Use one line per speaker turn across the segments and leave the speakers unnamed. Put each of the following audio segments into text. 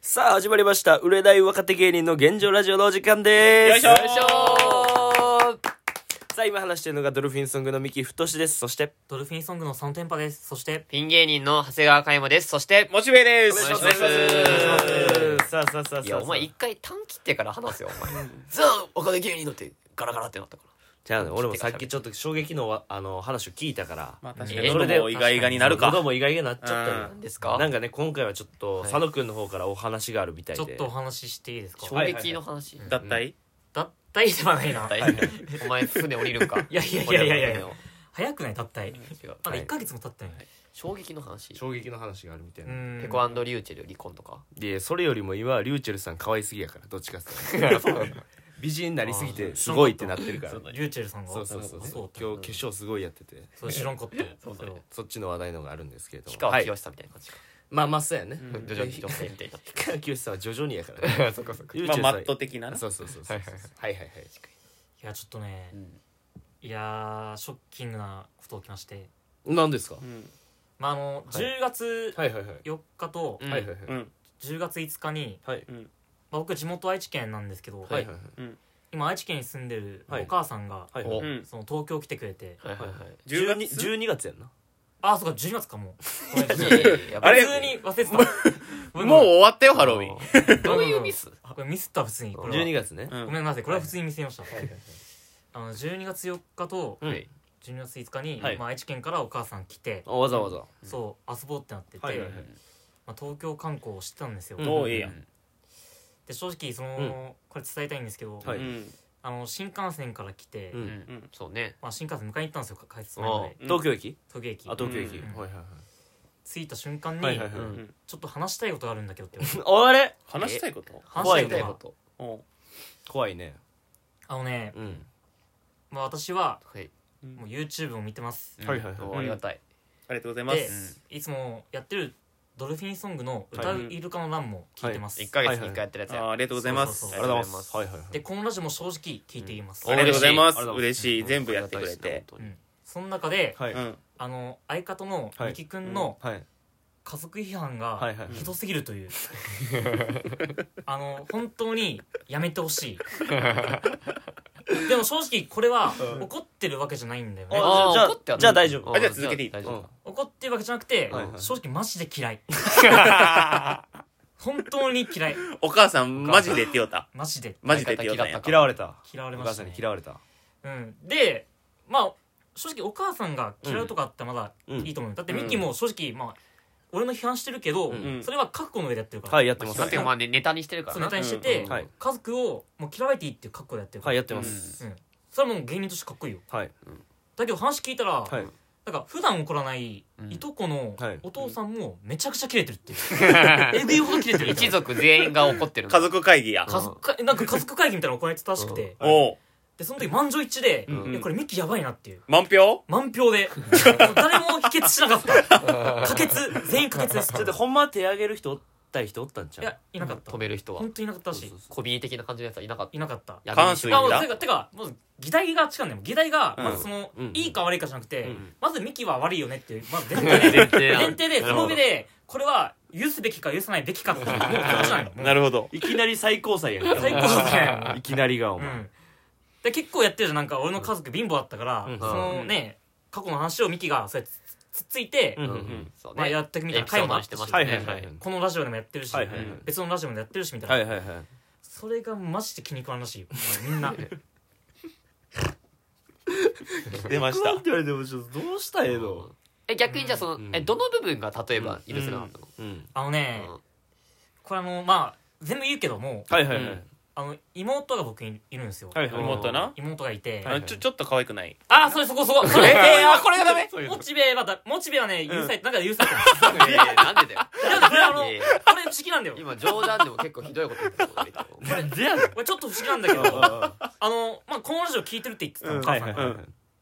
さあ、始まりました。売れない若手芸人の現状ラジオのお時間です。
よいしょー
さあ、今話しているのがドルフィンソングの三木太志です。そして、
ドルフィンソングの3連覇です。そして、
ピン芸人の長谷川嘉山です。そして、
モチベです。
お願いします
さあさあさあさあ。
いや、お前一回短切ってから話すよ、お前。ザ・お金芸人のってガラガラってなったか
じゃあね、俺もさっきちょっと衝撃のわあの話を聞いたから、
まあ確
か
か
に
に、それでも意外がになるか。
喉も意外になっちゃったよ
ら。ですか
なんかね、今回はちょっと、
い
佐野くんの方からお話があるみたい
ち
で。
ょっとお話ししていいですか
衝撃の話。
脱退
脱退ではないな。
大体お前、船降りるんか。
いやいやいやいやいや
俺の
早くない脱退。
船を違う
まだ
はい
1ヶ月も経ってない。
衝撃の話。
衝撃の話があるみたいな。
ん
ペコリューチェル離婚とか。
でそれよりも今はリューチェルさん可愛すぎやからどっちかっつ ったら美人になりすぎてすごいってなってるから
リューチェルさんが。
そうそうそう
あそう
今日化粧すごいやってて
それ知らんかった。
そうだね
そっちの話題のがあるんですけれど
氷
も、は
川
い
きよしさんみたいな感じか。
まあまあそうやね
徐々に女性みたいになって
氷川きよしさんは徐々にやからね
そっかそっか
リューチェ
まあ
ル
マ
さん
ット的なな。
そうそうそうそう
はいはい
はいはいはい
いや、ちょっとね
う、ん
いやー、ショッキングなこと起きまして。
何ですか
うん。
まあ、あの、10月
はいはいはい
4日と
うん
はいはいはい
うん。
10月5日に、
はい
うん。
まあ僕地元愛知県なんですけど
は、いはい
今愛知県に住んでる
はい
お母さんが、
はいはい
お
は
う
い
ん。
その東京来てくれて、
はいはい は
10
12,
月
12月やんな
あ、そうか、12月か、も う。ごめん
いいやいやいや。
あれ
普通に忘れてた。
もう終わったよ、ハロウィン。
ン。どういうミス
これミスった普通に。これは
12月ね
うん
ごめんなさい、これは普通にミスりました。
はいはい
あの12月4日と
うん
はい
12月5日に、
はい
まあ、愛知県からお母さん来て、
あわざわざ
そう遊ぼうってなってて、
はいはいはい
まあ、東京観光をしてたんですよ。
うん
おうええやん。
で正直その、これ伝えたいんですけど、
はい
うん。
あの新幹線から来て、
う
うんん。そうね。
まあ、新幹線迎えに行ったんですよか改札前まで
うん
東京駅
東京駅
あ東京駅
うん
はいはい
着いた瞬間に、
はいはいはいうはい
ん
ちょっと話したいことがあるんだけどって 言われて
あれ
話したいこと
話
怖い
し
ね
たいことが
と。
おう
怖いね
あのね、
うん
まあ、私は
はい。
もう YouTube を見てます
はいはいはい
うんありがたい。
ありがとうございま
で、
す。
いつもやってるドルフィンソングの歌うイルカの欄も聞いてます、
1ヶ月に1回やってるやつ
あー
や。
ありがとうございます。
そう
あ
そ
り
う
が
う
とうござ
そ
いますはいはいはい
でこのラジオも正直聞いています、
う
あ
ん
りがとうございま
あ
す
りがとうございます
嬉しい全部やってくれて
うんその中で、
はい
うん
あの相方の
はい
ミキ君の
はい
家族批判
は
が
いはい
ひどすぎる という、あの本当にやめてほしいでも正直これは
うん
怒ってるわけじゃないんだよ
あ
ね
ーじゃあ
怒ってはない
じゃあ大丈夫
うん
あじゃあ続けていい
大丈夫か
怒ってるわけじゃなくて、
はいはい
正直マジで 嫌い本当に嫌い
お母さんマジで手をた
マジで
マジで手をたん
相方嫌った
や
か
嫌われた
嫌われ
お
ま
母
し
さ
た
んに
ね
嫌われた
うん、でまあ正直お母さんが嫌うとかあったらまだいいと思う、だってミッキーも正直、まあ、俺の批判してるけど、
うん
それは覚悟の上でやってるから、
はいやってます
だって
は
まあねネタにしてるから
そうネ
な
タにしてて、
うん
はい
家族をもう嫌われていいっていう覚悟でやってるか
い
ら、
やってます
うん、それはもう芸人としてかっこいいよ
はい
だけど話聞いたら、
はい
なんか普段怒らない
うん
いとこの
はい
お父さんもめちゃくちゃキレてる っていう、えぐいほどキレてるみた
一
いな
族全員が怒ってる
家族会議や
家族かなんか家族会議みたいなの行われてたらしくて、
うん
おう
でその時満場一致で、
うん
いやこれミッキーやばいなっていう
満票
満票 で誰も否決しなかった可決全員可決で す
だってほんまは手上げる人おったい人おったんち
い
ゃ
やいなかった
止める人は
本当にいなかったらし
そう
い
そうそ
コビー的な感じのやつはいなかった
いなかった
や
関数
い
い
やもう
た
てかてかもう議題が違うんだよ議題がまずその、
うん
いいか悪いかじゃなくて、
うん
まずミキは悪いよねっ ていうまず前
前
提で
提
前提でその上
なる
でこれは許すべきか許さないべきかっていうもう話ないの
なるほど
うい きなり最高裁やんか
最高裁やん
いきなりがお
う
前
んで結構やってるじゃんなんか俺の家族貧乏だったから、
うん
そのね過去の話をミキがそうやってつっついて、
うん
ほ
う
ど
ん
うんそうね
まあやってくみたいな回もあ
エ
っ
ピ
た
ソー
し
ド話してました
はい
ね
はいはいはい
このラジオでもやってるし、
はいはいはい
別のラジオでもやってるしみたいな、
はいはいはい
それがマジで気に食わんらしいよみんな
出ました
言われてもちょっとどうしたらええの
え逆にじゃあその
うん
えどの部分が例えば許せなかったの
うん
あのね、
うん
これあのまあ全部言うけども
はいはいは
う
い
ん
あの妹が僕にいるんですよ、
はいはい
妹な
妹がいて、
あのちょちょっと可愛くない
ああそれそこそこそれえー、あーこれがダメ
そういうの
モチベはだモチベはね許されて、なんか許されて
いやいやなんでだよ
ないだってこれあのこ
いやい
れ
や
不思議なんだよ
今冗談でも結構ひどいこと言ってたよ俺
これ
でやねん
これちょっと不思議なんだけどあのまあこのラジオ聞いてるって言ってたの、
は
母
い
さん
はい
が、
はい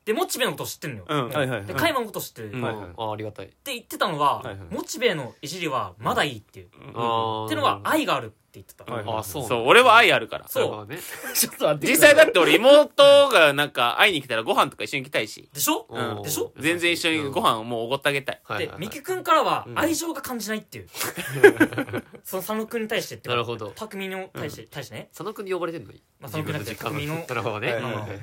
でモチベのこと知ってるのよ、
うん
はいはい
でカイマのこと知ってる、
うん
っ
はいはい
うんあありがたい
て言ってたのは、
はいはい
モチベのいじりはまだいいっていう、
あー
ってのは愛がある言ってた、
はい
あそう
そう俺は愛あるから
そう
うね
ちょっと待
実際だって俺妹がなんか会いに来たらご飯とか一緒に来たいし
でしょ、
うん
おー
でしょ
全然一緒にご飯をもうおごってあげたい
はいはい
で
はい
ミキ君からは
うん
愛情が感じないっていう、その佐野君に対してって
なるほど
匠の対して、対してね、
佐野くんに呼ばれてんの
まあ、佐野君だって匠の
なるほどね
はい
うん
はい
は
はい
い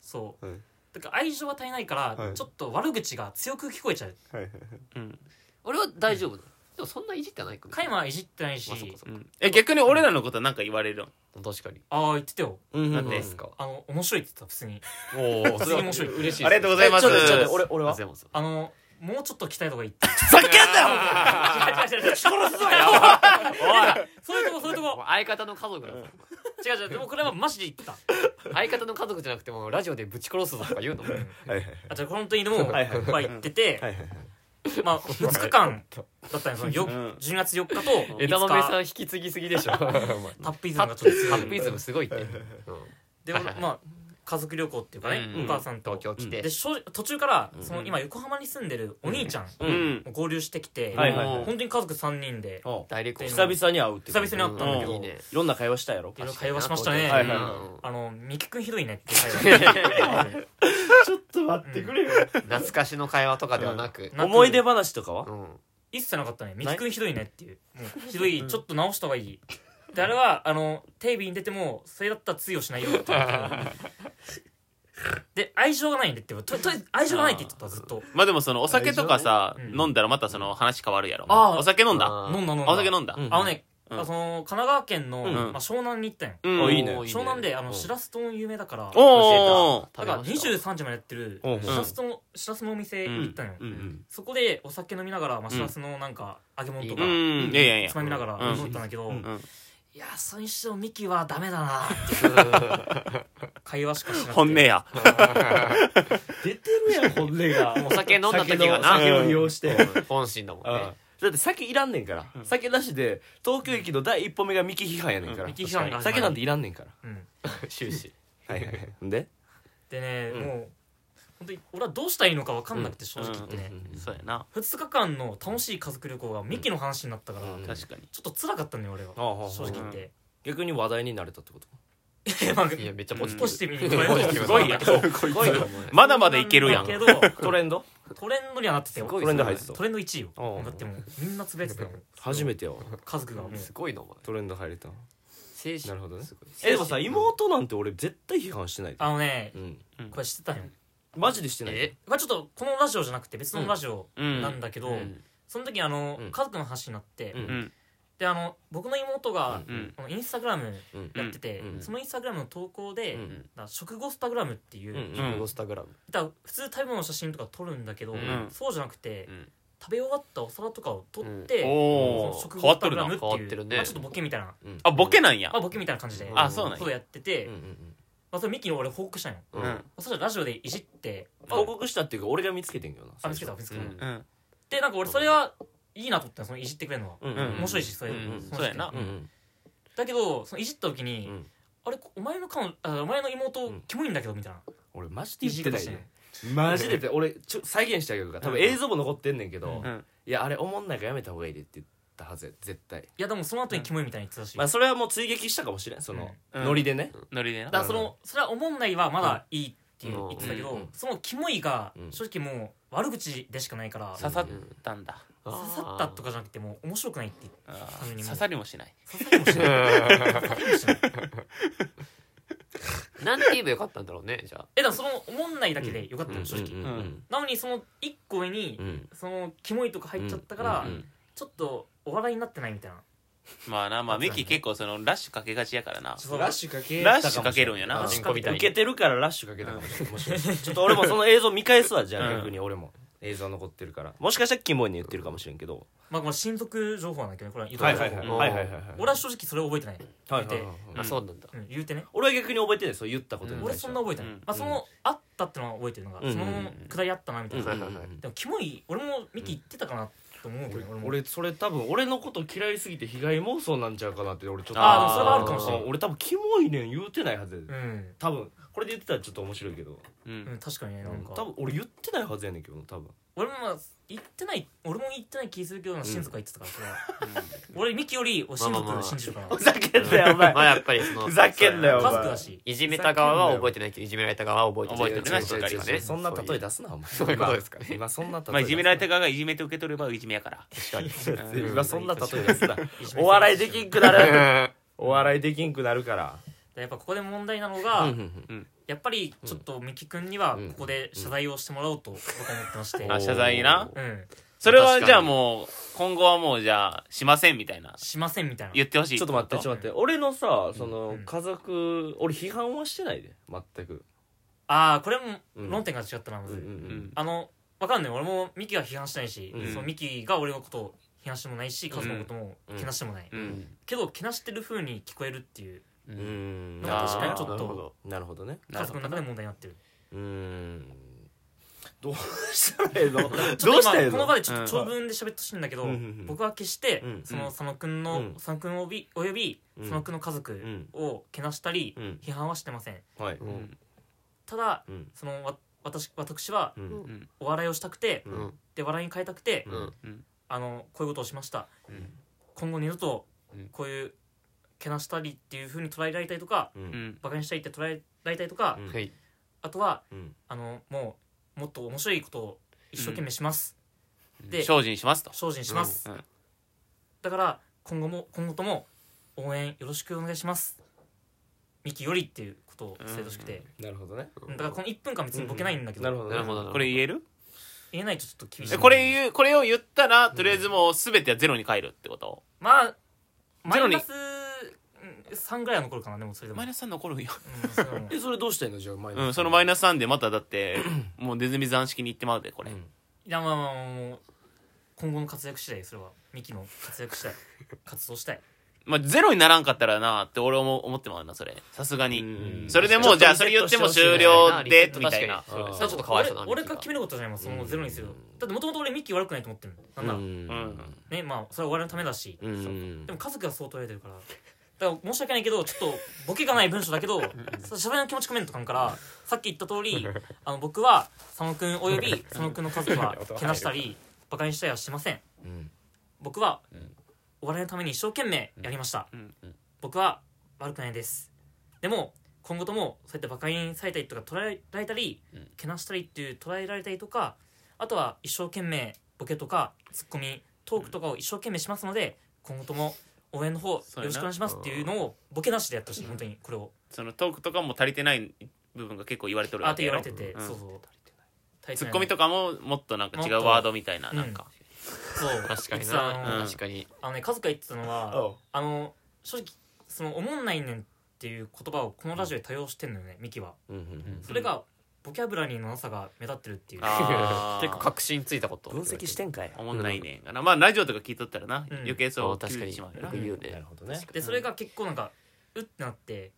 そう、
うん
だから愛情は足りないから、
はい
ちょっと悪口が強く聞こえちゃう
はいはい
うん
俺は大丈夫なのでもそんないじってないく
カイマはいじってないし、
まあそっかそっ
うんえ逆に俺らのことなんか言われる
か確かに
ああ言ってたよ
うん
な
うんん
で
ですか
あの面白いって言ってた普通に
おお
それは面白い
嬉しい
ありがとうございます
えちょっとちょっと俺俺
ありが
は
とうござい
あのもうちょっと鍛えた方がいいって
ふざけんなよ
違う違う違う殺すぞよそういうとこそういうと
ます
こ
相方の家族だぞ
違う違うでもこれはマジで言ってた
相方の家族じゃなくてもラジオでぶち殺すぞとか言うの
はいはい
あじゃあ本当にでも
はいはい
まあ言ってて、
はいはいはい
まあ2日間だったんですよよ
うん
10月4日と
枝豆さん
5日
引き継ぎすぎでしょお 前
タップイズ
タ
ムがちょっと強い
ップイズムすごいってうん
で
はいはいはい
まあ家族旅行っていうかね、
うん
お母さんと
東京来て
でしょ途中からその今横浜に住んでるお兄ちゃん
うんうん
も合流してきて、
はいはいはい
うん
本当に家族3人で
おう
大陸
久々に会うってこと
久々に会った
んだけど
ういいね
いろんな会話したやろ
いろいろ会話しましたね、
はいはい
あの「ミキ君ひどいね」って会話
ちょっと待ってくれよ
懐かしの会話とかではなく
なく
思い出話とかは
うん
一切なかったね「ミキ君ひどいね」っていうもうひどいちょっと直した方がいいであれはあのテレビに出てもそれだったら通用しないよってで愛情がないんでってととりあえず愛情がないって言ってたずっと
まあでもそのお酒とかさ
大丈夫
飲んだらまたその話変わるやろ
あー
お酒飲んだ
あー
飲んだ飲んだ
お酒飲んだ
うん
あのね、
うん
あその神奈川県の、
ん
まあ、湘南に行ったんよ
うん
あいいね
おー
湘南であの
うん
しらす丼有名だから
お
だ
お
食べ
から
ました
23時までやってる
うん
しらす丼しらすのお店行ったんよ、
うんうん
そこでお酒飲みながら、まあ、しらすのなんか揚げ物とか、
うんいやいやいや
つまみながら飲んだんだけど、
うんうん
うん
いやそれにしてもミキはダメだなって 会話しかしなくて
本音や
出てるやん本音が
お酒飲んだ時がな
酒を利用して
うん本心だもんね
だって酒いらんねんから、酒なしで東京駅の第一歩目がミキ批判やねんから、
ミキ批判が
酒なんていらんねんか
うん
終始
らはいはいはいで
でね、
うん
もう本当に俺はどうしたらいいのか分かんなくて正直言ってね、
そうやな
2日間の楽しい家族旅行がミキの話になったから、
うん
ちょ
確かに
っと辛かったんだよ俺は、
ああああ
正直言って、
逆に話題になれたってこと
え まあ
いやめっちゃポジティ
ポ
ブ
ジティブに
ポジティブ
すごいやん
すごいな
まだまだいけるやん
だけど
トレンド
トレンドにはなってたよ
トレンド入ってた
トレンド1位よ
ああ
だってもうみんなつぶやいてたもん
初めてよ
家族がもう
すごいなお前
トレンド入れた
精神
なるほどね
すごい
えでもさ妹なんて俺絶対批判してないで
あのね
うん
これ知ってたんよ
マジでしてないで
え
これちょっとこのラジオじゃなくて別のラジオ
うん
なんだけど、
うん
その時あの、
うん
家族の話になって、
うん
うん
であの僕の妹が、
うん
あのインスタグラムやってて、
うんうん
そのインスタグラムの投稿で、
うん
だから食後スタグラムっていう、
うん
自分のスタグラム
だから普通食べ物の写真とか撮るんだけど、
ん
そうじゃなくて、
うん
食べ終わったお皿とかを撮って、
お
その
お
食
変わっと
後スタ
る
グラ
な
ムって
変わっ
い
て
う
るね
まあ、ちょっとボケみたいな、
あボケなんや
まあ、ボケみたいな感じで、
うん
あそうなん
そう
や
やってて、
うんうん
まあ、それミキに俺報告したんよ、
うん
う
うんん
そしたらラジオでいじって
報告したっていうか俺が見つけてんけどな
あ見つけた見つけた、
うん
うん
でなんか俺それはいいなと思ったのそのいじってくれるのは、
うん
うん
面白いしそれ、
うんうん
その人
そうやな
うんうん
だけどそのいじった時に、
うん
あれお前の彼女あお前の妹、
うん
キモいんだけどみたいな
俺マジで
い
言
じ
っ
り
て
方
な
し
い
てんよ
でマジで言って俺ちょ再現してあげるから多分映像も残ってんねんけど
うん
いやあれおもんないからやめた方がいいでって言ったはずや絶対
いやでもその後にキモいみたいに言ってたし、
まあそれはもう追撃したかもしれんその、
うん
ノリでね、
ノリでな
だからそのそれはおもんないはまだいいっていう
うん
言ってたけど、
うんうん
そのキモいが
うん
正直もう悪口でしかないから、
刺さったんだ
あー
刺さったとかじゃなくてもう面白くないって
あ
言って
ー
単にもう
刺さりもしない
刺さりもしない刺さりもしない
なんて言えばよかったんだろうねじゃあ
えだからそのおもんないだけでよかった
うん
よ正直、
うんうん
なのにその1個上に、
うんうん
そのキモいとか入っちゃったから、
うん
ちょっとお笑いになってないみたいな
まあなまあミキ結構そのラッシュかけがちやからな
そう
ラッシュかけ
ラッシュかけるんやな
ラッシュかけた
受けてるからラッシュかけたかもしれないもしかしたらちょっと俺もその映像見返すわじゃあ、
うん
逆に俺も映像残ってるからもしかしたらキモいに言ってるかもしれんけど
まあこれ親族情報なんだけどねこれは
はい
情報
はいはいはいはいはいは
うん
い
俺は正直それ覚えてない、
はいはいはい
うん
あそうなんだ
うん、言うてね
俺は逆に覚えてないそう言ったことに
俺
対して
そ
は
んな覚えてない、
うん
まあその、あったってのは覚えてるのが、
うん
そのくだりあったなみたいな、
うんはいはいはい
でもキモい俺もミキ言ってたかなと思うけど、ね俺も
俺それ多分俺のこと嫌いすぎて被害妄想なんちゃうかなって俺ちょっと
あ
ー
あでもそれはあるかもしれ
うんん俺多分キモいねん言うてないはずやで
うん、
多分これで言ってたらちょっと面白いけど
うん
うん、確かにねなんか、
多分俺言ってないはずやねんけどな多分
俺もまあ言ってない俺も言ってない気するけど親族が言ってたからそれは、俺ミキより親
まあまあま
族
あ
信じるから、
ふざけんなよお前
まあやっぱりその
ふざけんなよお前
家族だし
いじめた側は覚えてないけどいじめられた側は覚えて
覚えてるな
違う違う違う
しっかりはね
そんな 例え出すなお前
そういうことですかね
今今そんな例え
まあ、いじめられた
か
側がいじめて受け取ればいじめやから
今そんな例え出すなお笑いできんくなるお笑いできんくなるから
やっぱここで問題なのが、
うんうんうん
やっぱりちょっとミキ君にはここで謝罪をしてもらおうと僕は思ってまして、
あ謝罪な
うん、
それは
確かに
じゃあもう今後はもうじゃあしませんみたいな
しませんみたいな
言ってほしい
ちょっと待ってちょっと待って俺のさその
うん
家族俺批判はしてないで全く
ああこれも
うん
論点が違ったなま
うん
ず、
うんう
うんん
あのわかんない俺もミキが批判してないし、
うん
そのミキが俺のことを批判してもないし家族のこともけなしてもない、
うん
けどけなしてる風に聞こえるっていう
う
うん
ん
なんか確かにちょっ
なるほ
と
ど
なるほどね
家族の中で問題になってる
うーんどうしたらいいのどう
ちょっ
した
と
らい
今
い
この場
の
でちょっと長文で喋ってほしいんだけど、
うんうんうん
僕は決して、
うん
その佐野くん
う
の
ん
佐野くんおびおよび
うん
佐野くんの家族をけなしたり、
うん
批判はしてません
はいう
うん
ただ
うん
そのわ私私は
うんうん
うん
お笑いをしたくて、
うん
で笑いに変えたくて、
うん
うん
あのこういうことをしました、
うん
今後二度と
うん
こういうけなしたりっていうふうに捉えられたりとか
うん
うん
バカにしたりって捉えられたりとか、
うん
はい
あとは
うん
あのもうもっと面白いことを一生懸命します、で
精進しますと
精進します、
うんうん
だから今後も今後とも応援よろしくお願いしますミキよりっていうことを伝えてほしくて、
なるほどね
うんだからこの1分間別にボケないんだけど,、
なるほどね
なるほどなるほど
これ言える
言えないとちょっと厳しい
えこれ言うこれを言ったらとりあえずもう全てはゼロに変えるってこと
まあマ
ゼロ
イ
に
ナス3ぐらいは残るかなでもそれでも
マイナス3残るよ
うんそれでも
えそれどうしたいのじゃあマイナス
うんそのマイナス3でまただってもうネズミ山式に行ってまうでこれ
うん
いやまあまあまあもう今後の活躍次第それはミキの活躍 次第活動したい
まあゼロにならんかったらなって俺も思ってまうなそれさすが
う
に
ん
それでもうじゃあそれ言っても終了
リセ
で
ット
みたい
確
な
かにそうです
あ
ね
ー
ちょっとかわいそうな
俺俺が決
め
めることじゃないもんそのゼロにする
うん
だってもともと俺ミキ悪くないと思ってるなんなら、
うん
ねまあそれは我々のためだし、
うん
でも家族がそう捉えてるからだから申し訳ないけどちょっとボケがない文章だけどそう謝罪の気持ち込めんとかんからさっき言った通りあの僕は佐野くんおよび佐野くんの家族はけなしたりバカにしたりはしてません
うん
僕はお笑いのために一生懸命やりました、
うんうん
僕は悪くないですでも今後ともそうやってバカにされたりとか捉えられたり、
うん
けなしたりっていう捉えられたりとかあとは一生懸命ボケとかツッコミトークとかを一生懸命しますので今後とも応援の方よ
そうやな
ろしくお願いしますっていうのをボケなしでやってほしい本当にこれを
そのトークとかも足りてない部分が結構言われてる
あー
わ
って
けや
言
ろ
われてて、
うん
そうそう
ツッコミと
か
かももっとなんか違うワードみたいな
うん
なんか
そう
確かに
実はあの
な
うん
確かに
あのね家族が言ってたのは、
おう
あの正直その「おもんないねん」っていう言葉をこのラジオで多用してんのよね、ミキは
うんうん
それがボキャブラリーのなさが目立ってるっていう
あー
結構確信ついたこと
分析してんかい
おもんないねんがなまあラジオとか聞いとったらな
うん
余計そう
あー確かに
気づいてしまうよ
よ
な
く言うね
なるほどね
でそれが結構なんかうってなって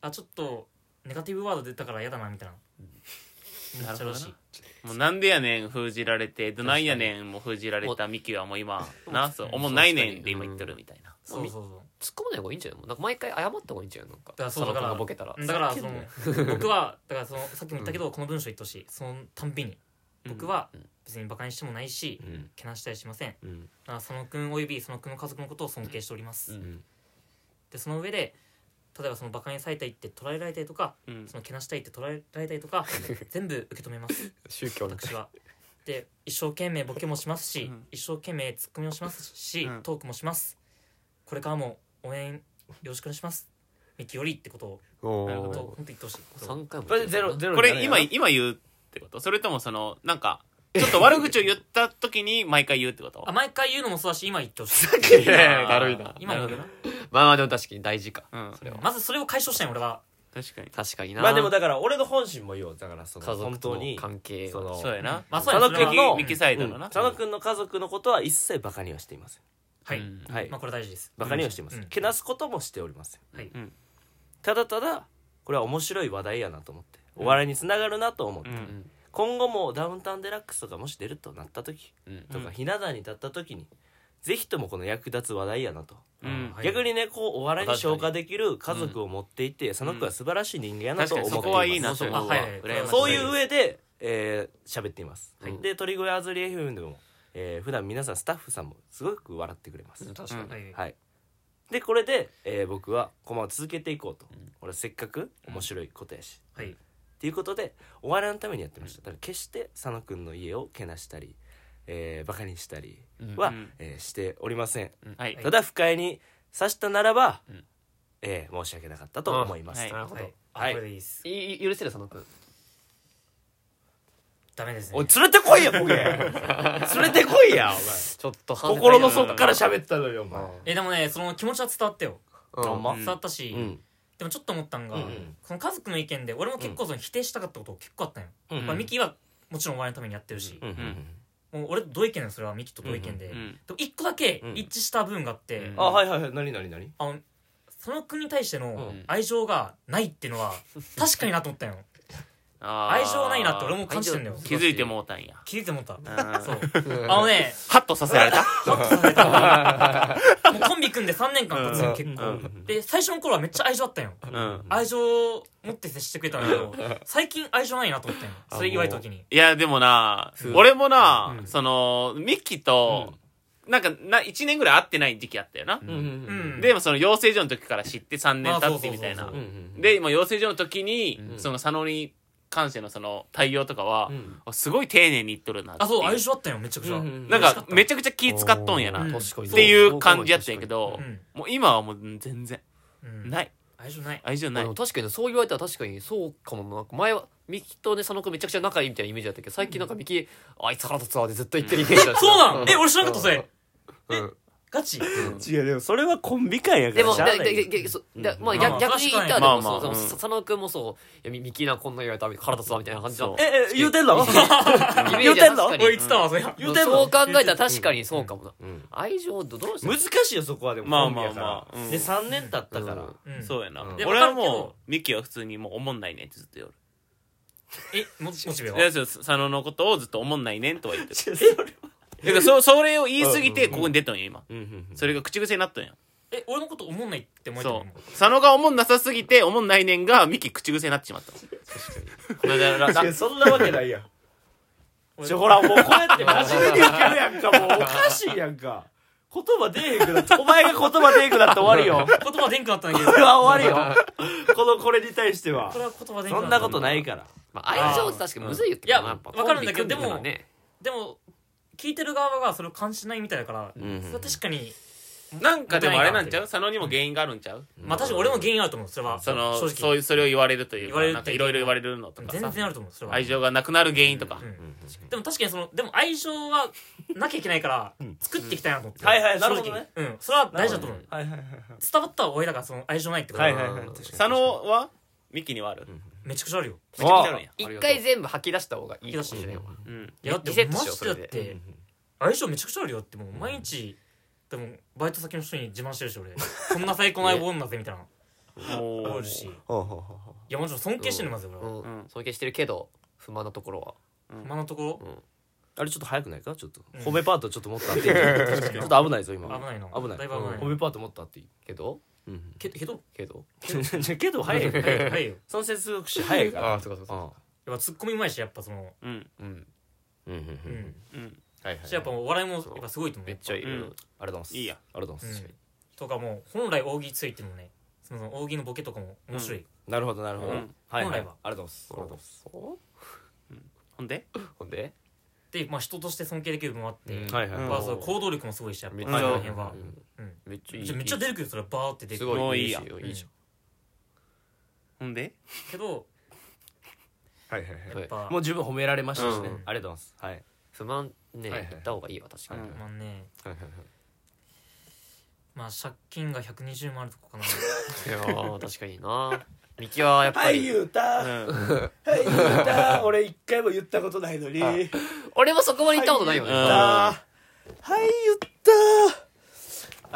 あちょっとネガティブワード出たから嫌だなみたいな、なっちゃうらしい
もうなんでやねん封じられてどないやねんも封じられたミキはもう今なそうおもんないねんって今言ってるみたいな
そうそうそう
突っ込まない方がいいんじゃないもうなんか毎回謝った方がいいんじゃないなんか
から
佐
そう
野
だ
君
から
がボケたら
だか
ふ
ら
ざけ
その
んなよ
僕はだからそのさっきも言ったけど、この文章言ってほしいそのたんびに
うん
僕は
うん
別にバカにしてもないし、
うん
けなしたりしません
うん
だから佐野くんおよび佐野くんの家族のことを尊敬しております、
うん
でその上で例えばそのバカにされたいって捉えられたりとか
うん
そのけなしたいって捉えられたりとか全部受け止めます
宗 教の
私は。で一生懸命ボケもしますし、
うん
一生懸命ツッコミをしますし、
うん
トークもしますこれからも応援よろしくお願いしますミキよりってことを
なる
本
ほ
当
ど
本当言ってほしい
三回も
これゼロゼロ
これ今
い
今言うってことそれともそのなんかちょっと悪口を言った時に毎回言うってこと
あ毎回言うのもそうだし今言ってほしい
やだるいな
今
な
言
る
う
ほど
な
まあまあでも確かに大事か
うん
それは
まずそれを解消したい俺は
確かに
確かにな
まあでもだから俺の本心も言おうだからその
家
本
族
当
と
に
の関係
その
そうやな
まあそう
佐
や
野
それ
君
は
の
ミキサイドのな
佐野君の家族のことは一切バカにはしていません
はい、
うん
はい
まあこれ大事です
バカにはしていませ
うん
んけなすこともしておりません
はい
うん
ただただこれは面白い話題やなと思ってお笑いにつながるなと思って
うん
今後もダウンタウンデラックスとかもし出るとなった時
うん
とかひな壇に立った時にぜひともこの役立つ話題やなと
うん
はい
逆にねこうお笑いに消化できる家族を持っていて佐野君は素晴らしい人間やな
確
と
か
思っ
に
てい
そ
ます
こはいいなそう
そ
れ
あ
は
はいはい
羨まし
そういう上でえー喋っています、
はい
で鳥越あずり FM でも、えー普段皆さんスタッフさんもすごく笑ってくれます、
確かに。
はい
はいでこれで、えー僕はコマを続けていこうと、俺せっかく面白いことやし、
はい
っていうことでお笑いのためにやってましただから決して佐野くんの家をけなしたり、えー、バカにしたりは、
うん
えーしておりません、
はい
は
ただ不快に刺したならば、
うん
えー申し訳なかったと思います、
はい
なるほど。
あこれでいいです
いい許せる佐野くん
ダメですね
おい連れてこいやボ ケ連れてこいや
ちょっと
お
反
前
省
心の底から喋ったのよお前
えでもねその気持ちは伝わったよ
ほんま
うん
伝わったし、
うん
でもちょっと思ったんが、
うんうん
その家族の意見で俺も結構その否定したかったこと結構あったんよ、
うん
まあ、ミキはもちろんお笑いのためにやってるし、
うんうんうん
もう俺と同意見だよそれはミキと同意見で、
う
で
ん
も一個だけ
うん
一致した部分があって、
うん
あはいはいはい何何何
あのその国に対して
う
の
ん
愛情がないっていうの は確かになと思ったんよ
あー
愛情ないなって俺も感じてんだよ
気づいてもうたんや
気づいて思った
うん
そうあのね
ハッとさせられた
ハッとされ たもうコンビ組んで3年間経つよ結構、
うん
で最初の頃はめっちゃ愛情あったんよ
うん
愛情を持って接してくれたんだけど最近愛情ないなと思ったんよそれ言われた時に
いやでもな俺もな、そのミキと、なんかな1年ぐらい会ってない時期あったよな、
うんうん
う
うん
ん
でもその養成所の時から知って3年経ってみたい
あ
な
そううん
で今養成所の時に、
うん
その佐野に関してのその対応とかは
う、ん
あすごい丁寧に言っとるなってい
あそう愛情あったんよめちゃくちゃ、
うんうん
なん
嬉しか
か
った
めちゃくちゃ気使っとんやな、
うん
っ
確かに。
ていう感じやったんやけど、
うん
もう今はもう全然
うん
ない
愛情ない
愛情
あ
ない
の確かにそう言われたら確かにそうかもななんか前はミキとね佐野くんめちゃくちゃ仲いいみたいなイメージだったけど最近なんかミキあいつ腹立つわでずっと言ってるイメージだった
そうなのえ俺知らんかったそれ
うん
ガチ
違うでもそれはコンビ会やか
でも
しゃあな
だ
い
だだだそだまあ
ま
逆
あ
逆に言ったらで
まあ
もそう
まあ
そう
うん
佐野くんもそういやミミキなこんな言われたら腹立つわみたいな感じだ
そう
ええ言うてんの
イメージは確かに
おい言ってたわそれ
うんそう考えたら確かにそうかもな
うん
愛情どどう して
難しいよそこはでも
まあ
コンビやから
まあまあうん
で3年経ったから、
うん
うん
そうやな、
うん
俺は
わかるけ
も
ど
うミキは普通にもう思んないねんってずっと言う
えもモチベは
俺いやそう佐野のことをずっと思んないねんとは言ってるだからそそれを言い過ぎてここに出とんよ今
うんうんうん
それが口癖になっとんよ
え俺のこと思んないって思えた
そ
の
う佐野が思んなさすぎて思んないねんがミキ口癖になってしまったこの間ラ
いやそんなわけ ないやんちょほらもうこうやって真面目に受けるやんかも うおかしいやんか言葉出えへんくなってお前が言葉出えへんくなって終わる よ
言葉でんくなったんだけど
これは終わるよこのこれに対しては
これは言葉で
そんなことないいから
まあ、愛情って確かにむずいよって
いや
まあっぱ
わかるんだけど
コンビ組で
でも聞いてる側がそれを感じないみたいだから、
ん
それは確かに
なんかでもあれなんちゃう佐野にも原因があるんちゃう
まあ確かに俺も原因あると思うそれは
その
正直
そういうそれを言われるという
言われる
なんかいろいろ言われるのとか
全
さ
然あると思うそれは
愛情がなくなる原因とか
うんでも確かにそのでも愛情はなきゃいけないから作っていきたいなと思って、
はいはいなるほどね
正直うんそれは大事だと思う
はいはい
伝わったら終わりだからその愛情ないってこと
はいはいはい確かに
佐野はミキにはある
めちゃくちゃあるよ
めちゃくちゃあるんや
組んでるのはね一回全部吐き出した方がいいかもしれないわ
うん
いやだって
リセット
マ
しよう
ジでだっ
それ
て相性めちゃくちゃあるよってもう毎日でもバイト先の人に自慢してるし俺こんな最高な相棒女ぜみたいなのあ
お
るしい
ほうほうほうほ
やもちろん尊敬してるのまず俺
う
は
ん、
うん
尊敬してるけど不満なところは
今のとこ
うあれちょっと早くないかちょっと
うん
褒めパートちょっともっとあっていいちょっと危ないぞ今
危ないな
危ない
だいぶ危ない
褒めパートもっとあっていい
けど
うん
けけど
けど
け ど早いよ
はいはいよ
その接続詞早い から
そうかそう
うん
やっぱツッコミうまいしやっぱその
うん
うん
うんうんうん
うん
うん
はいはい
しやっぱお笑いもやっぱすごいと思う
めっちゃいい、
うん
ありがとうございます
いいや
ありがとうございます
うんとかもう本来扇ついてもねその扇のボケとかも面白い、
なるほどなるほど
う
は
ん
い
本
はいあ
来
り
は
がとうございますありがとうございます
そう
ほんで
ほんで
で、まあ、人として尊敬できる部分もあって、
うん
はいはい
うん
まあ、その行動力もすごいしやっぱ
めっ
こ
ち
の
ゃ
辺は、うん
めっちゃいい
ちょめっちゃ出てくるよそれはバーって出て
す
くる
ごい
いい
いい
や
よいいじ
ほんで
けど
はいはい
ゃん、
は
はいい
やっぱ
もう十分褒められましたしね
うん
ありがとうございますはい
不満ね、
はいはい
言った方がいいわ確かに、
うん
まあね
はいはいはい
まあ借金が120万あるとこ かな
いやー確かになミキはやっぱ
はい
り
言う
う
た
ん
はい言うた俺一回も言ったことないのにはい言っ
俺もそこまで行ったことないよね、
はい
た
あ
はい言った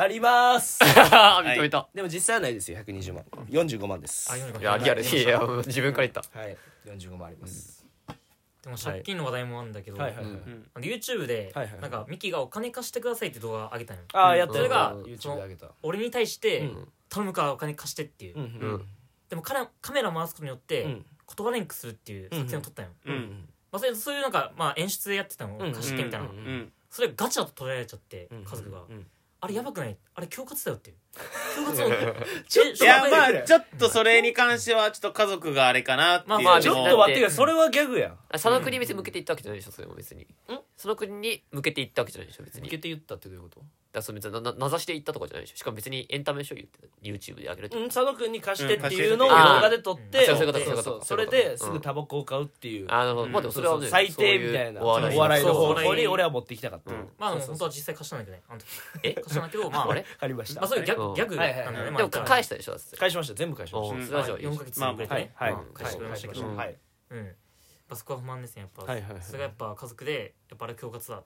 あります
あ 認めた、
でも実際はないですよ120万45万です
あ45
い、やリアルいや自分から言った
はい45万あります
でも借金の話題もあるんだけど、
はいはいは
う
い
ん
うん
あの YouTube で
はいはい
なんかミキがお金貸してくださいって動画上げたのよ
ああやった
そ
や
れ
った
が
YouTube であげた
俺に対して
うん
頼むからお金貸してっていう、
うんうん
うん
でも彼はカメラ回すことによって
うん
断れんくするっていう作戦を取ったのよ、
うん
まあ、それそういうなんか、まあ、演出でやってたのを貸してみたいな、
うん
うん
それガチだと取られちゃって
うん
家族
う
が、
ん
あれやばくないあれ恐喝だよっていう 恐喝
い
を
やまあ
ちょっと
ちょっとそれに関してはちょっと家族があれかなっていうのも
まあまあ
ちょっ
だ
と
は
待ってよそれはギャグやん
あ佐野国に別に向けていったわけじゃないでしょそれも別に佐野国に向けていったわけじゃないでしょ別に
受けて言ったってどういうこと
だそれ別になな名指しでいったとかじゃないでしょしかも別にエンタメでしょ言って YouTube で上げるって
うん佐野君に貸してっていうのを動
うん貸して
画で撮って
うんあそういうことそういうこと
そうそれですぐタバコを買うっていう
あなるほどまあでもそれは
そうそ
ね
う最
そう
低
う
みたいな
お
お
笑い
笑いの方
そうお
向
笑い
に俺は持っていきたかった
うん
まあでも
そうそうそう
本当は実際貸したんだけどねあの時
え
貸したんだけどまあ
あれ
借りました
まあそういうギャ
う
グ、
ん
ギャグなんだよね、
はいはいはい
まあ
でもか返したでしょだって
返しました全部返しまし
おー
うん
それはじゃあいい
4ヶ月ぐらいね、
まあ
はいはい
うん
返してくれましたけど
うん
はい
うんやっぱそこは不満ですねやっぱ、
はいはいはい
それがやっぱ家族でやっぱあれ恐喝だ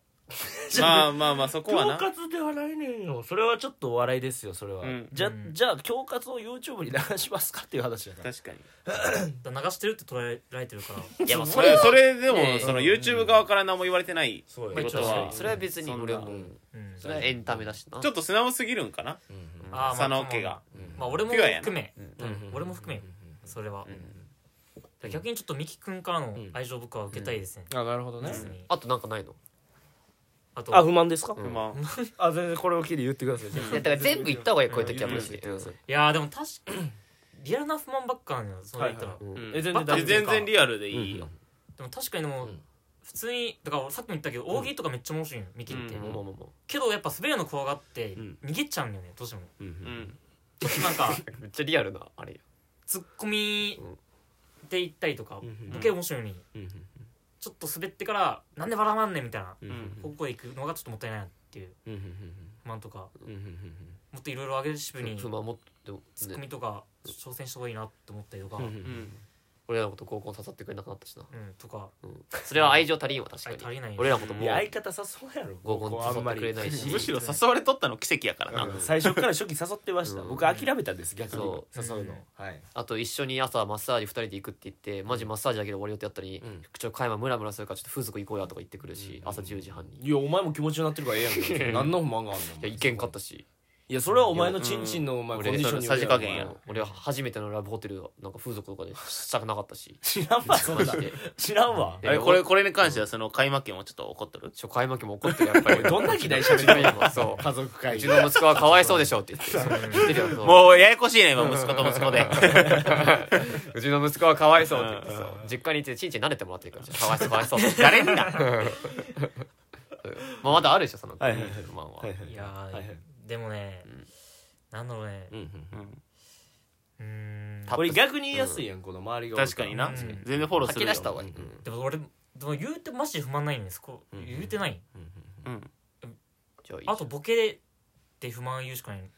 まあまあまあそこは
恐
な
喝ではないねんよそれはちょっとお笑いですよそれは
うん
じゃ
うん
じゃあ恐喝を YouTube に流しますかっていう話だから
確かに
だから流してるって捉えられてるから
いやまあ
そ
それ
れ
は
それでも、
ね
その YouTube 側から何も言われてないって
そうよ
こと
まあ
は
それは別に
そんな
俺はもう
うん
それはエンタメだしな
ちょっと素直すぎるんかな
あーまあ
佐野家が
まあ俺も
ピュアやな
含め、
うん
うん俺も含めそれは、だから逆にちょっとミキ君からの愛情僕は受けたいですね、
あなるほどね
別に
あとなんかないの
あと
あ不満ですか
不満
あ全然これを機に言ってください
いやだから全部言った方がいいこういう時はマジ
言
で
ってください
いやーでも確か リアルな不満ばっかなんだよそれ言ったら、
はい
うん
うん
え全然大丈夫
全然リアルでいいよ
でも確かにでも、
ん
普通にだから俺さっきも言ったけど大喜利とかめっちゃ面白いよミキって、
うん
まあまあまあまあ
けどやっぱ滑るの怖がって
ん
逃げちゃうんだよねどうしても
うん、
ちょっとなんか
めっちゃリアルなあれよ
ツッコミで行ったりとか
ん
ボケ面白いのに
うん
ちょっと滑ってからなんで笑わんねんみたいな
うん
方向へ行くのがちょっともったいないなっていう
うん
不満とか
うんうん
もっといろいろアグレッシブ
うん
に
そうまあもっと
ツッコ
ね
ミとか挑戦した方がいいなって思ったりとか、
う
うん、
うんん俺らのこと合コン誘ってくれなくなったしな
とか
それは愛情足りんわ確かに
足りないよ
俺らのこと
い
も
や相方誘うやろ
合コン誘ってくれないし
むしろ誘われとったの奇跡やからな、
うん最初から初期誘ってました
うん
僕諦めたんです逆に
そ
誘う
うん
のはい
あと一緒に朝マッサージ2人で行くって言ってマジマッサージだけで終わりよってやったり、
ん
ちょっと加山ムラムラするからちょっと風俗行こうやとか言ってくるし、朝10時半にい
いやお前も気持ちになってるからええやんけ何の不満があん
や
の
意見かったし
いやそれはお前のチンチンのお前コンデ
俺
ィションによる
さじ加減やろ
俺は初めてのラブホテルなんか風俗とかでしたくなかったし
知らんわそん
マ
な
ジで
知らんわ
うん
えこれこれに関してはその開幕権はちょっと怒っとる
ちょ加山家も怒ってるやっぱ り
どんな期待しゃべ
る
る
今そう
家族
う
会
ちの息子はかわいそうでしょって言ってそう言ってるよそう
もうややこしいね今息子と息子で
うちの息子はかわいそうって言ってそう実家にいてちんちん慣れてもらってるからかわいそうかわい そうって慣れんなまあまだあるでしょその
はいはいはい
不満は
はいはい
いやー、
はいはい
でもね、なんだろうねうーん
た
これ逆に言いやすいやんこの周りが
確かにな、
うん
全然フォローする
吐
よ
き出した方がいい、うん
でも俺でも言うてマジで不満ないんですこう言うてない
うん
じゃあいい
あとボケで不満言うしかない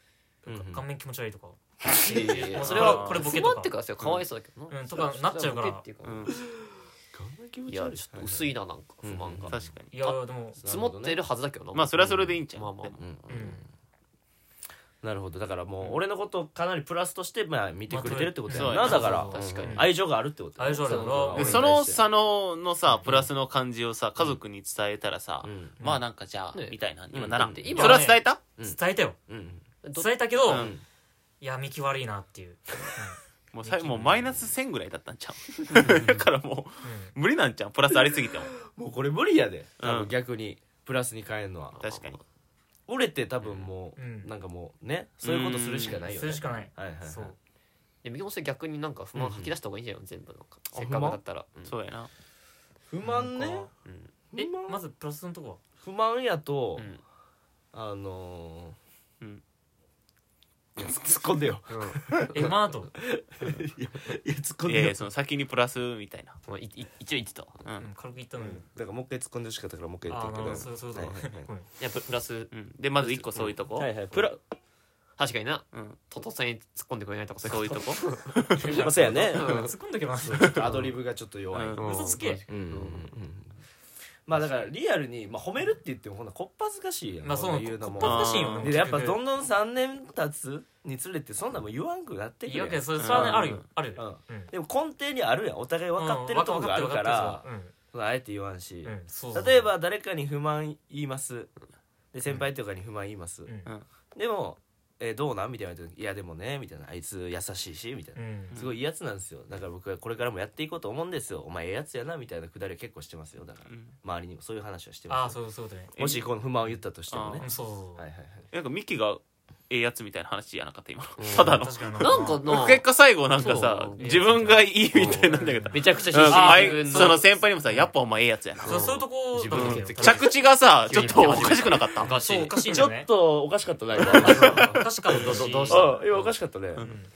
うんうん
顔面気持ち悪いとか
いやいやいや
もうそれはこれボケとか
詰まってくださいかわいそうだけど
うんとかなっちゃう
それはボ
から
ケっていう
うん
いやちょっと薄いななんか不満が
確かに
いやーでも
積もってるはずだけどな
まあそれはそれでいいんちゃう、
まあまあまあ
うん
なるほどだからもう俺のことをかなりプラスとしてまあ見てくれてるってことや
まあ
なだ
そう
から
そうそう確かに
愛情があるってことや
愛情ある
そう
俺は
で
俺に対して
その佐野のさプラスの感じをさ家族に伝えたらさ、
ん
まあなんかじゃあ、
ね
みたいな今
うん
ならん、
だって今ね
それは伝えた、
うん
伝えたよ
うん
ど
伝えたけど
うん
いやミキ悪いなっていう
もうさもうマイナス1000ぐらいだったんちゃう だからもう無理なんちゃうプラスありすぎ ても
もうこれ無理やで多
うん
分逆にプラスに変えるのは
確かに
折れて多分も
うんうん
うなんかもうねそういうことするしかないよ
そ
ね
れしかない
はいはいはい
そう
で右もそれ逆になんか不満吐き出した方がいいんじゃないの全部なんか
あ
せっかくだったら
そうやな
不満ね
なんか
不
え
満
まずプラスのとこは
不満やと
うん
あのー
うん
いや突っ込んでよ
えマート
いや突っ込ん
い
で
やい
よ
やその先にプラスみたいな
まあいい一応言ってたわ
うん、
うん軽く言ったのに
だからもう一回突っ込んでほしかったからもう一回言って
あーなるほど
る
そうそうそう
はいはいはい
ごめん
いやププラス
うんでまず一個そういうと こ、
はいはい
プラ
確かにな
うん
ととさんに突っ込んでくれないとか
そういうとこ
まあそうやね
突っ込んだけどな
ちょっとアドリブがちょっと弱い、
うん
嘘つけ
うんうん
まあだからリアルに、まあ、褒めるって言ってもほんなこっぱずかしいやん
まあそうな
こん
の
言
こ
の
こ
も
っぱずかしいよ
でやっぱど
ん
んどん3年経つにつれてそんなんも言わんくなってく
い
る
や
や
い
ん
やそれそれはね
うん
あるよある
う
よ
ん
うん
でも根底にあるやんお互い分かってるとこがあるから、
うん
まああえて言わんし、
うんそうそう
例えば誰かに不満言いますで先輩とかに不満言います、
うん
でもえどうなん?」みたいな言われて「いやでもね」みたいな「あいつ優しいし」みたいな、
うん
すごいいいやつなんですよだから僕はこれからもやっていこうと思うんですよお前ええやつやなみたいなくだりは結構してますよだから、
うん
周りにもそういう話はして
あ
ま
あ
す
そういうことね
もしこの不満を言ったとしてもね
あ
うんそう
はいはいはい
なんかミキがええやつみたいな話やなかった今のただの
確かに
なんかな
結果最後なんか
そ
さ
う
自分がいいみたいなんだけど
めちゃくちゃ必
うん
死
あ
自
い
分
その
の
先輩にもさやっぱお前ええやつやな
そうそういうとこだと思うけど
着地がさちょっとお
急に
かしくなかった
おかし
そうお
い
かしいん
ち
だ
ょ
よね
っとおかしかったな今
確かにど
どうし
あ今おかしかったね、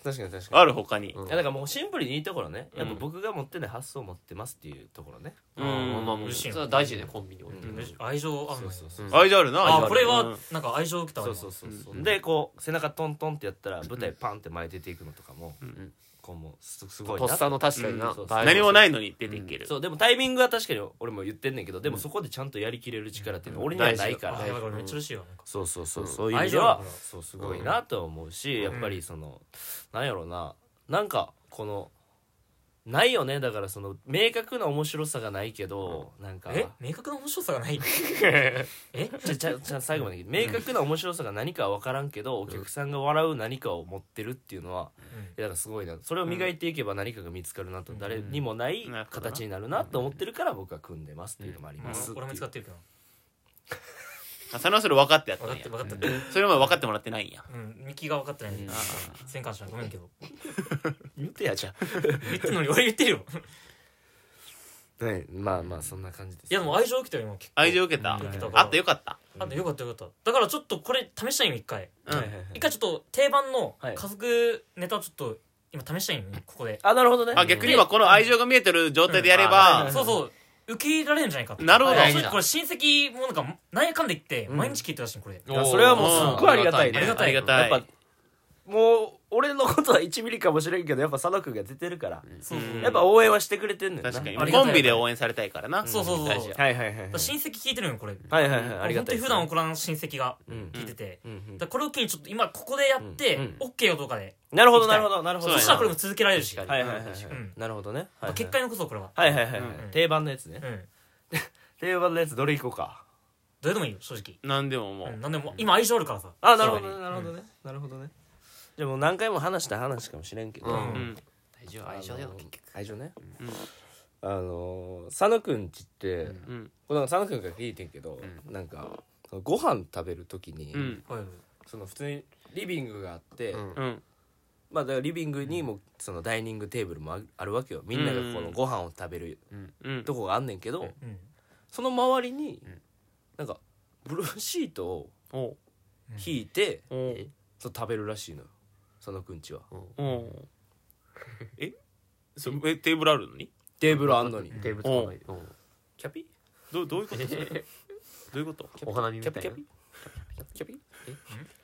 確かに確かに
ある他に
うん
いやだからもうシンプルにいいところね、やっぱ僕が持ってない発想を持ってますっていうところね
うん
まあまあもう
嬉しい
そ
な
れは大事ねコンビニ置いて
うん
愛情あるのね
そう
うん
愛情あるな愛情
あ
る
あこれ
う
は
ん
なんか愛情受けたわ
そう
今
そうそうそう、
うん
でこう背中トントンってやったら舞台パンって前出ていくのとかも、
ん
こうもうすすごい
と
な
っさの確かに
う
なん
そうそう
大
何
事
もないのに出ていける
そうでもタイミングは確かに俺も言ってんねんけどでもそこでちゃんとやりきれる力っていうのは俺にはないから、
うん
あ
大
や
事
ばいこれめっちゃ嬉しいわなんか
そうそうそう、
うん
そういう意味で
愛情あ
は
るから
そうすごいなとは思うし、やっぱりそのなんやろうななんかこのないよねだからその明確な面白さがないけど、なんか
え明確な面白さがないえ
ちゃちゃちゃ最後まで聞いて明確な面白さが何かは分からんけど、お客さんが笑う何かを持ってるっていうのは、
うん
いやだからすごいなそれを磨いていけば何かが見つかるなと、
うん
誰にもない
うんなるほどな
形になるなと思ってるから僕は組んでますっていうのもありますっていう、
俺も使ってるけど
あそれはそれ分かってやったん
分かっ
や
て分かって
それまで分かってもらってないんや
うんミキが分かってないんで
あ
戦艦者ごめんけど
言ってやじゃ
言ってんのに俺言ってるよ
あ、ね、まあまあそんな感じです
いやでも愛情受 けたよ今結構
愛情受けた
うん
あったよかった
あとよかったよかっただからちょっとこれ試したいよ一回
うん
はいはいはい
一回ちょっと定番の
はい
家族ネタをちょっと今試したいんよここで
あなるほどね
あ逆に今この愛情が見えてる状態でやれ
う
ば
ん
そうそう受け入れられるんじゃないかって
なるほど
はい正直これ親戚もなんかなんやかんで言って毎日聞いてるらしいこれ
いやそれはもうすっごいありがたいね
ありがたい
ありが
やっぱもう俺のことは1ミリかもしれんけどやっぱ佐野君が出てるから、
そうそう
うん
やっぱ応援はしてくれてんねんな
確かに
ありがたい
コンビで応援されたいからな
そうそうそう
大事や
はいはいはいはい
だから親戚聞いてるのよこれ
はいはいはいありが
本
た
当
い
に
です
普段怒らん親戚が
うん
聞いてて
うんうん
だからこれを機にちょっと今ここでやって
うん
OK よどうかで
なるほどなるほどなるほど
そしたらこれも続けられるし
確
は
か
い
に
はいはいはい
うん
なるほどねはいはい
結果に残そうこれは
はいはいはいはい
うん
定番のやつね
うん
定番のやつどれいこうか
どれでもいいよ正直
何でもも
う
うん
なんでも今愛情あるからさ
あなるほど
う
ね
ん
なるほどねなるほどねじゃあもう何回も話した話かもしれんけど
うん
う
うん
ん
大事は愛情だよ結局
愛情ねあのー佐野くんちって
うん
これなんか佐野くんから聞いてんけどなんかそのご飯食べる時に
うん
はいはい
その普通にリビングがあって
うん
うん
まあだからリビングにもそのダイニングテーブルもああるわけよみんながこのご飯を食べる
うん
とこがあんねんけど
うん
その周りに、なんかブルーシートを
おう
引いて、
おう
そう食べるらしいのよ佐野くんちは
おうえそえテーブルあるのに
テーブルあんのに
テーブルとかないうん
キャピ
どうどういうことそれどういうこと
お花見み
キ
た
ャ
いな
ピキャピキャピ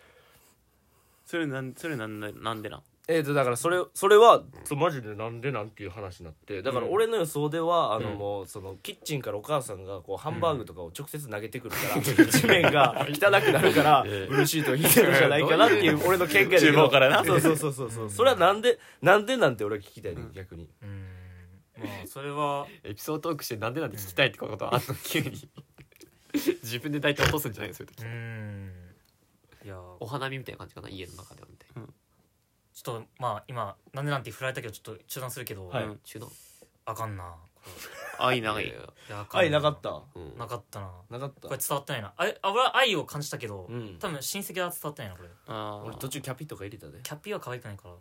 それなんそれなんでなんでなん
えー、とだからそれそれはそうマジでなんでなんっていう話になってだから俺の予想では、あのもうそのキッチンからお母さんがこうハンバーグとかを直接投げてくるから、地面が汚くなるからブルーシートを引いてるんじゃないかなっていう俺の見解で
厨房からな
そうそうそうそうそう、それはなんでなんでなんて俺は聞きたいね逆に
うんまあそれは
エピソードトークしてなんでなんて聞きたいってことはあんの急に 自分で大体落とすんじゃないですよ
うーんいや
お花見みたいな感じかな家の中ではみたいな
ちょっとまあ今なんでなんて振られたけどちょっと中断するけど、
はい
うん
中断
あかんなこ
愛長い
れいやあかん
愛なかった
うん
なかったな
なかっ
これ
た
伝わってないなあれあ俺は愛を感じたけど、
うん
多分親戚は伝わってないなこれ
あ
俺
ー
途中キャピとか入れたで
キャッピーは可愛くないから、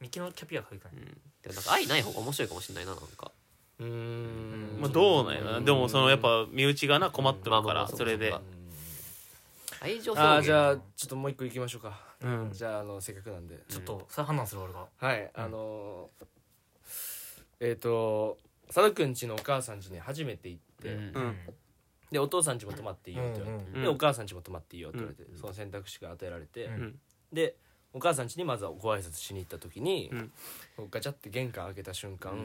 ミキのキャッピーは可愛くない、
でもなんか愛ない方が面白いかもしれないななんか
うーん
まあどうなんやなでもそのやっぱ身内がな困ってる
ま
か
あまあま
ら
あそう
それで
そう愛情表
あー
現
じゃあちょっともう一個いきましょうか、
うん
じゃああのせっかくなんで
ちょっとそれ判断するわ俺が
はいあのーえっ、と佐野くんちのお母さん家に初めて行って、
う
う
ん
ん
でお父さん家も泊まっていいよって言われて、
うんうん
でお母さん家も泊まっていいよって言われて、その選択肢が与えられて、
うん
でお母さん家にまずはご挨拶しに行った時に
うん、
こうガチャって玄関開けた瞬間、
う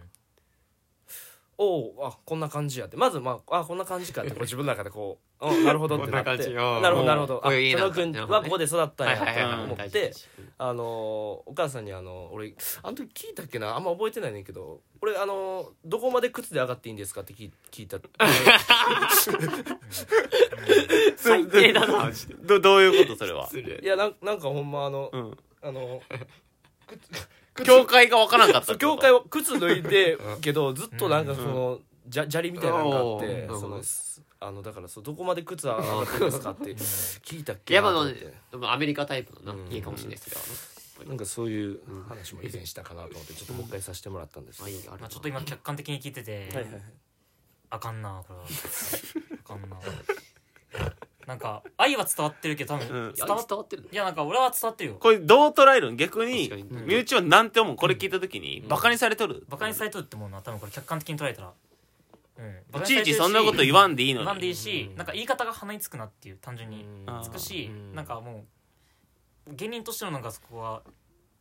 あおおあこんな感じやってまずまああこんな感じかってこう自分の中でこ う、うん、なるほどってなっ
こんな感
て
じうん
なるほどなるほど
こ
あ
ういう家
佐
なんだ
野君
なるほど
は
ね
ここで育ったん
はい
やっ
はいはい
て思
はい
ってあのーお母さんにあの俺あの時聞いたっけなあんま覚えてないねんけど俺あのーどこまで靴で上がっていいんですかって聞い聞いた
最低だな どどういうことそれはい
やなんなんかほんまあの、
ん
あのー
教会がわからんかった
そ
っ
う
て
教
こと
会は靴脱いでけどずっとなんかそのじゃ砂利みたいなのがあっ
お
て
ー
その
うん
すあのだからそうどこまで靴上がってるんですかって聞いたっけ
やっぱ
なと
の
思って
でもアメリカタイプのな
うん
家かもしれないですけど
なんかそういう話も以前したかなと思ってちょっともう一回させてもらったんです
まあいいよあれ
まあ、ちょっと今客観的に聞いてて、
はいはいはい
あかんなこれはあかんななんか愛は伝わってるけど多
う
分
ん
伝
伝
わ
わ
っ
伝わってるの
いやなんか俺は伝わってるよ
これどう捉えるん逆に
確かに
身内はなんて思うこれ聞いた時にバカにされとる
バカにされとるってもんな多分これ客観的に捉えたらうんバ
い
カに
ち
さ
い
れて
ち
るし
そんなこと言わんでいいの
言わんでいい
に
しなんか言い方が鼻につくなっていう単純に
あ
つ
ー
くし
うん
なんかもう芸人としてのなんかそこは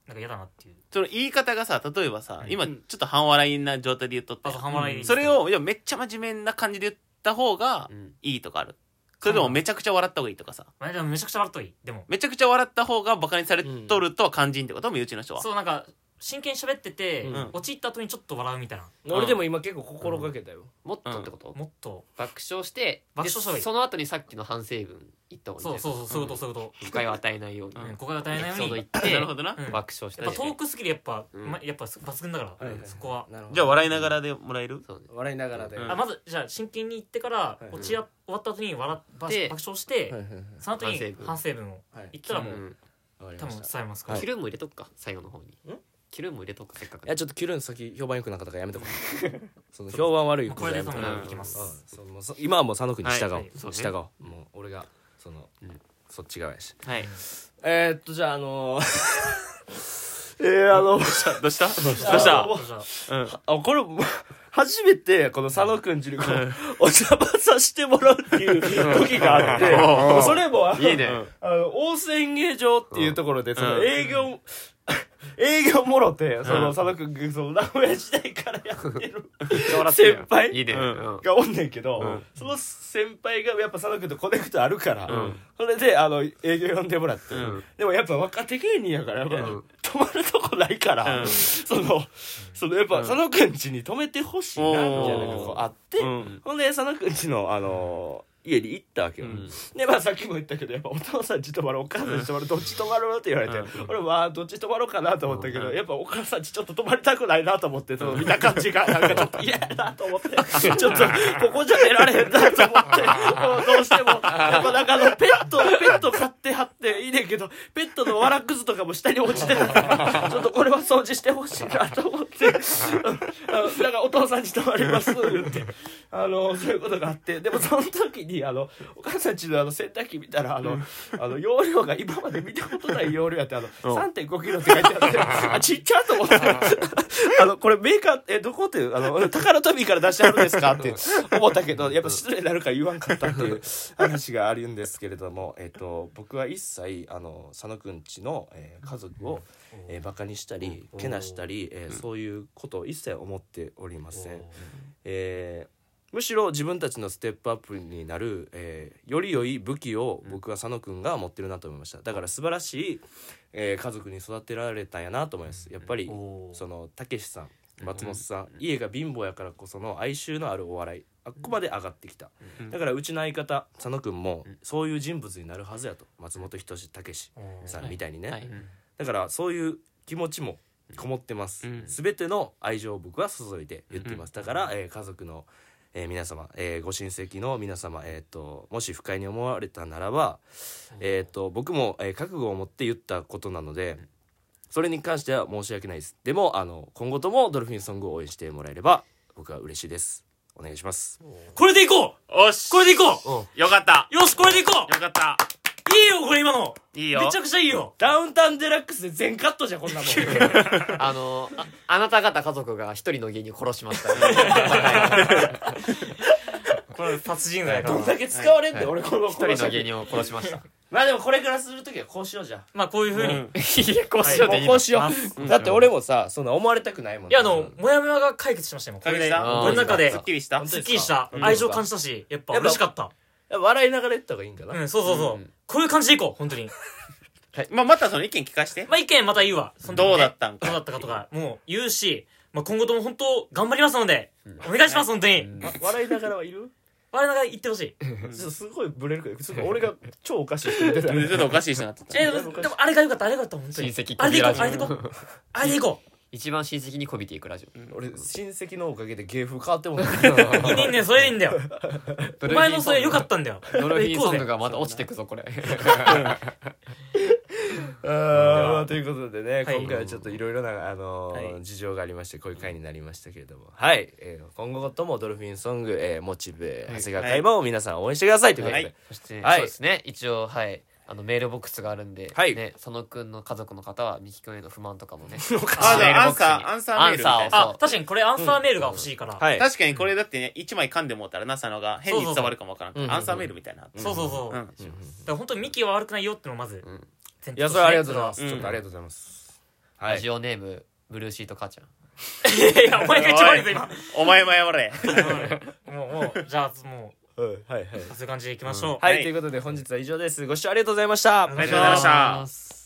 なんか嫌だなっていう
その言い方がさ例えばさ今
う
ちょ
ん
っと半笑いな状態で言っとって
あと半笑いで
それをいやめっちゃ真面目な感じで言った方が
うん
いいとかあるそれでもめちゃくちゃ笑った方がいいとかさ
まあでもめちゃくちゃ笑っといでも
めちゃくちゃ笑った方がバカにされとるとは肝心ってこと身内の人は
そうなんか真剣に喋ってて、
ん
陥った後にちょっと笑うみたいな
俺でも今結構心がけたよ
もっとってこと
もっと
爆笑してで
爆笑した方がいい
その後にさっきの反省文言った方がいい
そ
ん
う
じゃ
そう
ない
そうそういうことそういうこ
誤解を与えないように
と、うん、
エ
誤解を与えない
ピソー
よう
ド
に
言っ
な
て
るほどな
うん
爆笑した
やっ
り
ぱトークスキルやっぱ、
うん
うまいやっぱ抜群だから、そこは、
なるほど
じゃあ笑いながらでもらえる
そうね
笑いながらで
うん
あまずじゃあ真剣に言ってから、
はい
落ちや終わった後に笑っば
で
爆笑して、
はいはいはい
その後
反省
に
文
反省文を
はい
言ったらもう、
うん
わかり
多
ま
分
した
伝えますから、
キルンも入れとくか最後の方に
ん
キルンも入れとくかせっかく
いやちょっとキルン先評判良くなかったからやめとこうその評判悪い
もうこれで多
こと
分
やめとこう
うん
いきます、
うんそのそ今はもう佐野君に従おう、
はい
そうね
従おうもう俺がその、そっち側やし
はい
えー、っとじゃああのー えー、あの
どうしたどうし
どうした
た
どうした
あこれ もう初めてこの佐野くんちにこうお邪魔させてもらうっていう時があって
うん
それもあの
いいね
あの大須演芸場っていうところでその
うん
営業 営業もろてそうの
ん
佐野くんがその名古屋時代からやってる
る
先輩
いいね
う
うんん
がおんねんけど、
ん
その先輩がやっぱ佐野君とコネクトあるから、
ん
それであの営業呼んでもらって、
うん
でもやっぱ若手芸人やからやっぱ、
うん
泊まるとこないから、
うん
そのそのやっぱ佐野君家に泊めてほしいなみたいなのがこうあって、
うん
ほんで佐野君家の、あのー家に行ったわけよ、
うん
でまあさっきも言ったけどやっぱお父さんち泊まるお母さんち泊まるどっち泊まるって言われて、俺はあどっち泊まろうかなと思ったけど、やっぱお母さんちちょっと泊まりたくないなと思ってその見た感じが なんかちょっと嫌やなと思ってちょっとここじゃ寝られへんなと思って もうどうしてもやっぱなんかあのペットペット飼ってはっていいねんけどペットのわらくずとかも下に落ち てたからちょっとこれは掃除してほしいなと思ってあのだからお父さんち泊まります言って。あのそういうことがあってでもその時にあのお母さんちのあの洗濯機見たらあの、あの容量が今まで見たことない容量やってあの3 5キロって書いてあってあちっちゃと思ってあのこれメーカーえどこっていうあの宝トミーから出してあるんですかって思ったけどやっぱ失礼になるから言わんかったっていう 話があるんですけれども、えっと僕は一切あの佐野くんちの、えー家族を、えー、バカにしたりけなしたり、えーそういうことを一切思っておりません。えーむしろ自分たちのステップアップになる、えーより良い武器を僕は佐野くんが持ってるなと思いましただから素晴らしい、えー家族に育てられたんやなと思いますやっぱり
おー
そのたけしさん松本さん家が貧乏やからこその哀愁のあるお笑いあっこまで上がってきただからうちの相方佐野くんもそういう人物になるはずやと松本人志たけしさんみたいにね、
はい
だからそういう気持ちもこもってます、
うん
全ての愛情を僕は注いで言っています、だから、えー家族の、えー皆様、えーご親戚の皆様、えー、ともし不快に思われたならば、えー、と僕も、えー覚悟を持って言ったことなので、それに関しては申し訳ないですでもあの今後ともドルフィンソングを応援してもらえれば僕は嬉しいですお願いします
これでいこう
おし
これでいこ
よかった
うよしこれでいこう
よかった
いいよこれ今の
いいよ
めちゃくちゃいいよ
ダウンタウンデラックスで全カットじゃんこんなもん
あのああなた方家族が一人の芸人を殺しましたね
これ殺人罪やから
どんだけ使われんねん、俺この
一人の芸人を殺しました
まあでもこれからする時はこうしようじゃ
まあこういうふうに、い
いやこうしようでいい
こ
の
うしよ
う
うだって俺もさそんな思われたくないもん
やあのモヤモヤが解決しましたよこれ
解決し
で
た
この中で
っきりした
本当
す
に
っきりした
うん
愛情感じたしやっぱ嬉しかった
笑いながら言った方がいいんかな、
うんそうそうそう、
うん
こういう感じでいこう本当に
まあまたその意見聞かして
まあ意見また言うわその時ね
どうだったん
どうだ
か
ったかとかもう言うし、まあ、今後とも本当頑張りますので、お願いします本当に、
わ笑いながらはいる
我ながら言ってほしい
ちょっとすごいブレるけどちょっと俺が超おかしい人みたいな
ちょっとおかしい人になってた
えでもでもあれが良かったあれが良かった本当に
親戚
あれでいこう
コ
あ
ビラジ
れでいこうあれでいこ
一番親戚にこびていくラジオ
俺親戚のおかげで芸風変わってもら
ういいねいいねそれでいいんだよお前のそれ良かったんだよ
ドルフィン
行こ
ソン
うぜ
グがまた落ちてくぞこれ
あーということでね、
はい
今回はちょっといろいろな、あのー
はい
事情がありましてこういう回になりましたけれどもはい、えー今後ともドルフィンソング、えーモチベ長谷川海馬を皆さん応援してくださいということで、
はい
そして、
はい
そうですね一応はいあのメールボックスがあるんで、
はい
ね、佐野くんの家族の方はミキ君への不満とかもね
あだ
メール
ア
ボ
ン
ックスに
サーアンサーメールみたい
アンサ
な
ー
あ確かにこれアンサーメールが欲しいから、
はい
確かにこれだってね一枚噛んでもうたらな佐野が変に伝わるかもわからんか
そうそう
らアンサーメールみたいな
そうそうそう、
う
だ
ん
から本当にミキは悪くないよってのをまず、
ん
前提として
いやそれはありがとうございます、
うん
ちょっとありがとうございます、は
ラ
い
ジオネームブルーシート母ちゃん
いやいやお前が一番悪いぞ今
お前も謝れ
もうもうじゃあも
はいはいはい、
うそういう感じでいきましょう、
はいということで本日は以上ですご視聴ありがとうございました
ありがとうございました
ありがとうございました
す